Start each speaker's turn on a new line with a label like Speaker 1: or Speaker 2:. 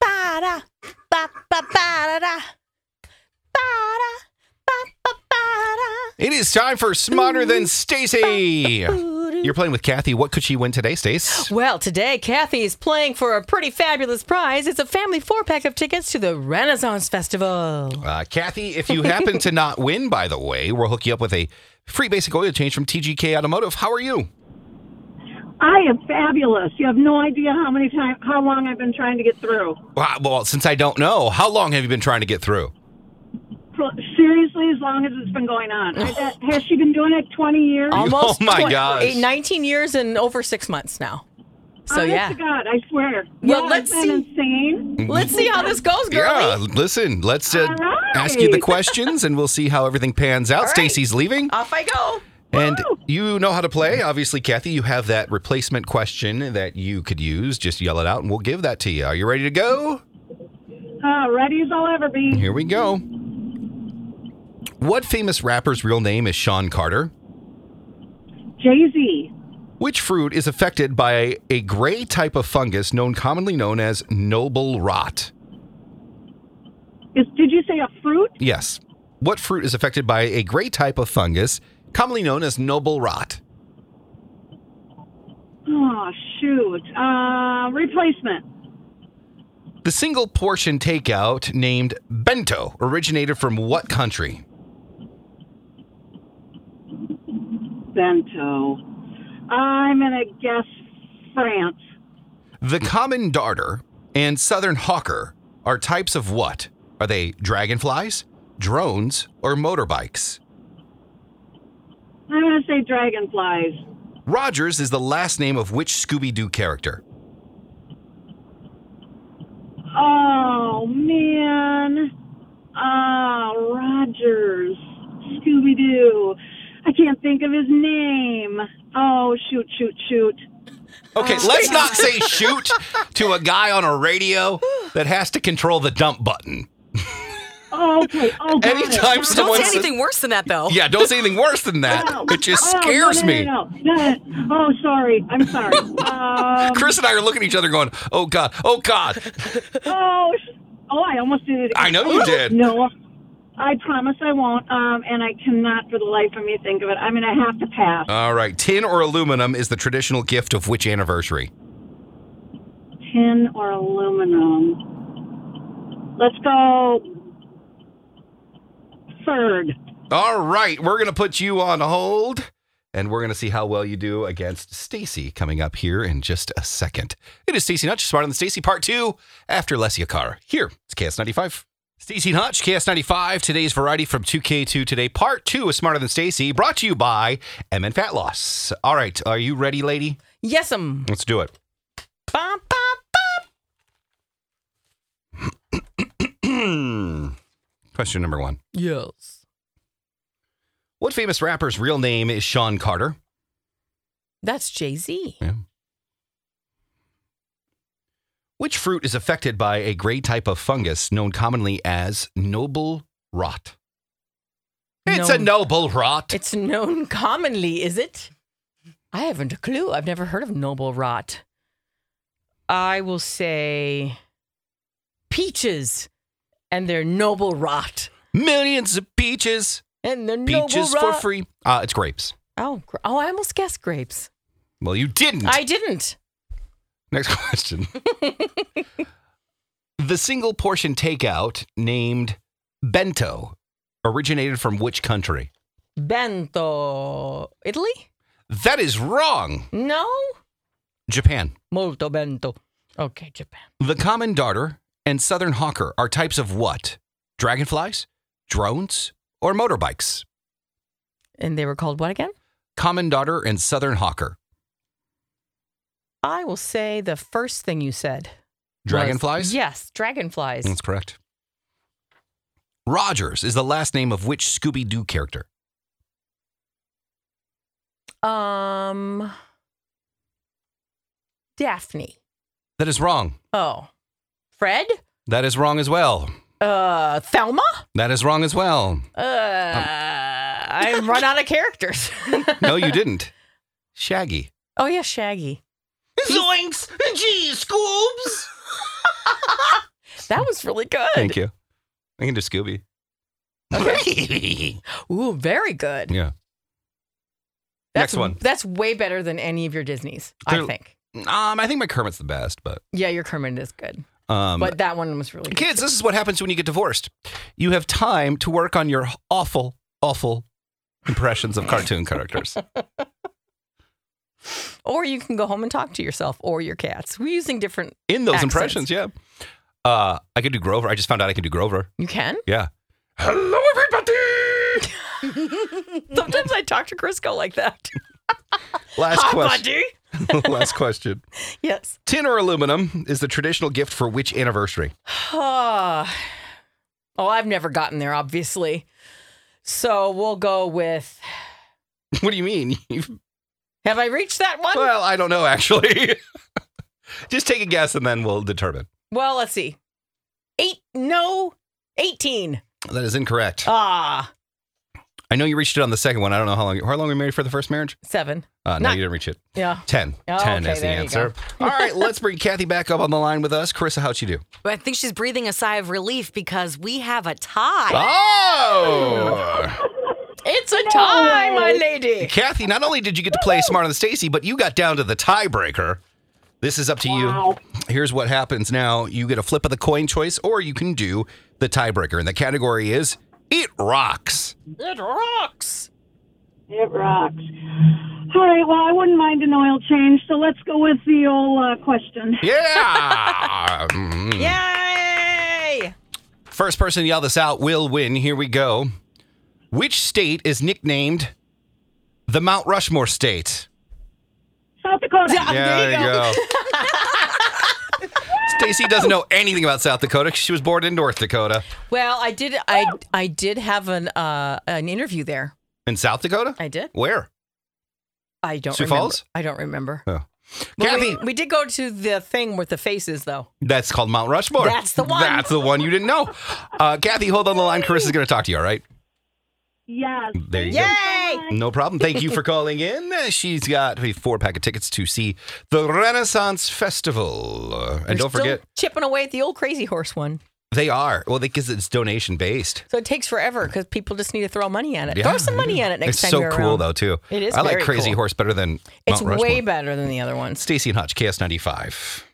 Speaker 1: ba da ba ba ba da da ba da ba ba ba
Speaker 2: It is time for Smarter Than Stacy.
Speaker 1: da. Ooh, doo.
Speaker 2: You're playing with Kathy. What could she win today, Stace?
Speaker 3: Well, today Kathy is playing for a pretty fabulous prize. It's a family four pack of tickets to the Renaissance Festival.
Speaker 2: Uh, Kathy, if you happen to not win, by the way, we'll hook you up with a free basic oil change from TGK Automotive. How are you?
Speaker 4: I am fabulous. You have no idea how many time, how long I've been trying to get through.
Speaker 2: Wow, well, since I don't know, how long have you been trying to get through?
Speaker 4: Pro- Seriously, as long as it's been going on. I bet- has she been doing it 20 years?
Speaker 3: Almost
Speaker 2: my
Speaker 3: twen-
Speaker 2: gosh.
Speaker 3: eight- 19 years and over six months now. So,
Speaker 4: Honest
Speaker 3: yeah.
Speaker 4: to Oh, God, I swear.
Speaker 3: Well,
Speaker 4: yeah,
Speaker 3: let's
Speaker 4: it's been
Speaker 3: see.
Speaker 4: insane.
Speaker 3: Let's see how this goes, girly.
Speaker 2: Yeah, listen, let's uh,
Speaker 4: All right. Uh,
Speaker 2: ask you the questions and we'll see how everything pans out.
Speaker 3: right.
Speaker 2: Stacy's leaving.
Speaker 3: Off I go.
Speaker 2: And you know how to play. Obviously, Kathy, you have that replacement question that you could use. Just yell it out and we'll give that to you. Are you ready to go?
Speaker 4: Uh, ready as I'll ever be.
Speaker 2: Here we go. What famous rapper's real name is Sean Carter?
Speaker 4: Jay Z.
Speaker 2: Which fruit is affected by a gray type of fungus known commonly known as noble rot?
Speaker 4: Is did you say a fruit?
Speaker 2: Yes. What fruit is affected by a gray type of fungus commonly known as noble rot?
Speaker 4: Oh shoot. Uh, replacement.
Speaker 2: The single portion takeout named bento originated from what country?
Speaker 4: Bento. I'm gonna guess France.
Speaker 2: The common darter and southern hawker are types of what? Are they dragonflies, drones, or motorbikes?
Speaker 4: I'm gonna say dragonflies.
Speaker 2: Rogers is the last name of which Scooby Doo character?
Speaker 4: Oh man. Ah, Rogers. Scooby Doo. I can't think of his name. Oh shoot, shoot, shoot.
Speaker 2: Okay,
Speaker 4: Oh.
Speaker 2: let's not say shoot to a guy on a radio that has to control the dump button.
Speaker 4: Okay. Oh, got it.
Speaker 2: Anytime
Speaker 4: Got
Speaker 3: Don't
Speaker 2: someone-
Speaker 4: it.
Speaker 3: say
Speaker 2: Someone said-
Speaker 3: anything worse than that, though.
Speaker 2: Yeah, don't say anything worse than that.
Speaker 4: Oh,
Speaker 2: It just
Speaker 4: oh, no,
Speaker 2: scares
Speaker 4: no, no,
Speaker 2: me.
Speaker 4: no, no. No. Oh, sorry. I'm sorry. um,
Speaker 2: Chris and I are looking at each other going, oh God, oh God.
Speaker 4: oh, sh- oh, I almost did it. Oh,
Speaker 2: I know you did.
Speaker 4: No, I promise I won't. Um, and I cannot for the life of me think of it. I'm going to have to pass.
Speaker 2: All right, tin or aluminum is the traditional gift of which anniversary?
Speaker 4: Tin or aluminum? Let's go third.
Speaker 2: All right, we're going to put you on hold and we're going to see how well you do against Stacy coming up here in just a second. It is Stacy Nutch, Smarter Than Stacy, part two after Lesia Carr. Here, it's KS95. Stacy Hutch, KS95, today's variety from 2K2 today, part two of Smarter Than Stacy, brought to you by MN Fat Loss. All right, are you ready, lady?
Speaker 3: Yes, um.
Speaker 2: Let's do it.
Speaker 3: Bum, bum, bum.
Speaker 2: Question number one
Speaker 3: Yes.
Speaker 2: What famous rapper's real name is Sean Carter?
Speaker 3: That's Jay Z.
Speaker 2: Which fruit is affected by a gray type of fungus known commonly as noble rot? It's a noble rot.
Speaker 3: It's known commonly, is it? I haven't a clue. I've never heard of noble rot. I will say peaches and their noble rot.
Speaker 2: Millions of peaches,
Speaker 3: And their
Speaker 2: peaches
Speaker 3: noble
Speaker 2: for
Speaker 3: rot.
Speaker 2: free. Uh, it's grapes.
Speaker 3: Oh, gr- oh, I almost guessed grapes.
Speaker 2: Well, you didn't.
Speaker 3: I didn't.
Speaker 2: Next question. the single portion takeout named bento originated from which country?
Speaker 3: Bento. Italy?
Speaker 2: That is wrong.
Speaker 3: No?
Speaker 2: Japan.
Speaker 3: Molto bento. Okay, Japan.
Speaker 2: The common darter and southern hawker are types of what? Dragonflies, drones, or motorbikes?
Speaker 3: And they were called what again?
Speaker 2: Common darter and southern hawker.
Speaker 3: I will say the first thing you said. was-
Speaker 2: Dragonflies?
Speaker 3: yes, dragonflies.
Speaker 2: That's correct. Rogers is the last name of which Scooby Doo character?
Speaker 3: Um, Daphne.
Speaker 2: That is wrong.
Speaker 3: Oh, Fred.
Speaker 2: That is wrong as well.
Speaker 3: Uh, Thelma.
Speaker 2: That is wrong as well.
Speaker 3: Uh, I've run out of characters.
Speaker 2: No, you didn't. Shaggy.
Speaker 3: oh yeah, Shaggy.
Speaker 2: Zoinks! Gee, Scoobs!
Speaker 3: That was really good.
Speaker 2: Thank you. I can do Scooby. Um,
Speaker 3: Ooh, very good.
Speaker 2: yeah.
Speaker 3: That's,
Speaker 2: Next one.
Speaker 3: That's way better than any of your Disneys, I
Speaker 2: Clear-
Speaker 3: think.
Speaker 2: Um, I think my Kermit's the best, but
Speaker 3: Yeah, your Kermit is good,
Speaker 2: um,
Speaker 3: but that one was really good.
Speaker 2: kids, this is what happens when you get divorced. You have time to work on your awful, awful impressions of cartoon characters.
Speaker 3: Or you can go home and talk to yourself or your cats. We're using different.
Speaker 2: In those
Speaker 3: Accents.
Speaker 2: impressions, yeah. Uh, I could do Grover. I just found out I could do Grover.
Speaker 3: You can.
Speaker 2: Yeah. Hello, everybody.
Speaker 3: Sometimes I talk to Crisco like that.
Speaker 2: Last
Speaker 3: Hi,
Speaker 2: question.
Speaker 3: buddy.
Speaker 2: Last question.
Speaker 3: Yes.
Speaker 2: Tin or aluminum is the traditional gift for which anniversary?
Speaker 3: oh, I've never gotten there, obviously. So we'll go with.
Speaker 2: What do you mean? You've-
Speaker 3: Have I reached that one?
Speaker 2: well, I don't know actually. Just take a guess and then we'll determine.
Speaker 3: Well, let's see. Eight, no, 18.
Speaker 2: That is incorrect.
Speaker 3: Ah,
Speaker 2: I know you reached it on the second one. I don't know how long. How long were you married for the first marriage?
Speaker 3: seven.
Speaker 2: Uh, no,
Speaker 3: Not-
Speaker 2: you didn't reach it.
Speaker 3: Yeah.
Speaker 2: Ten.
Speaker 3: Oh,
Speaker 2: Ten
Speaker 3: okay,
Speaker 2: is the
Speaker 3: there you go.
Speaker 2: answer. All right, let's bring Kathy back up on the line with us. Carissa, how'd she do?
Speaker 5: But I think she's breathing a sigh of relief because we have a tie.
Speaker 2: Oh!
Speaker 3: It's a tie, my lady.
Speaker 2: Kathy, not only did you get to play Smarter Than Stacy, but you got down to the tiebreaker. This is up to you.
Speaker 4: Wow.
Speaker 2: Here's what happens now you get a flip of the coin choice, or you can do the tiebreaker. And the category is It Rocks.
Speaker 3: It rocks.
Speaker 4: It rocks. All right, well, I wouldn't mind an oil change, so let's go with the old uh, question.
Speaker 2: Yeah! Mm.
Speaker 3: Yay.
Speaker 2: First person to yell this out will win. Here we go. Which state is nicknamed the Mount Rushmore State?
Speaker 4: South Dakota.
Speaker 3: Oh,
Speaker 2: Yeah, there you go. Stacy doesn't know anything about South Dakota 'cause she was born in North Dakota.
Speaker 3: Well, I did. I I did have an uh an interview there.
Speaker 2: In South Dakota?
Speaker 3: I did.
Speaker 2: Where?
Speaker 3: I don't.
Speaker 2: Sioux
Speaker 3: remember.
Speaker 2: Falls?
Speaker 3: I don't remember.
Speaker 2: Oh.
Speaker 3: But
Speaker 2: Kathy,
Speaker 3: we, we did go to the thing with the faces, though.
Speaker 2: that's called Mount Rushmore.
Speaker 3: That's the one.
Speaker 2: That's the one you didn't know. Uh, Kathy, hold on the line. Carissa's going to talk to you, all right?
Speaker 4: Yes.
Speaker 2: There you go.
Speaker 3: Yay!
Speaker 2: No problem. Thank you for calling in. Uh, She's got a four pack of tickets to see the Renaissance Festival. Uh, And don't forget,
Speaker 3: chipping away at the old crazy horse one.
Speaker 2: they are. Well, because it's donation based.
Speaker 3: So it takes forever because people just need to throw money at it.
Speaker 2: Yeah.
Speaker 3: throw some money at it next
Speaker 2: it's
Speaker 3: time.
Speaker 2: so
Speaker 3: you're
Speaker 2: cool
Speaker 3: around.
Speaker 2: though too.
Speaker 3: It is
Speaker 2: I like
Speaker 3: very
Speaker 2: Crazy
Speaker 3: cool.
Speaker 2: Horse better than
Speaker 3: It's
Speaker 2: Mount Rushmore.
Speaker 3: way better than the other ones.
Speaker 2: Stacy and Hutch, KS ninety five.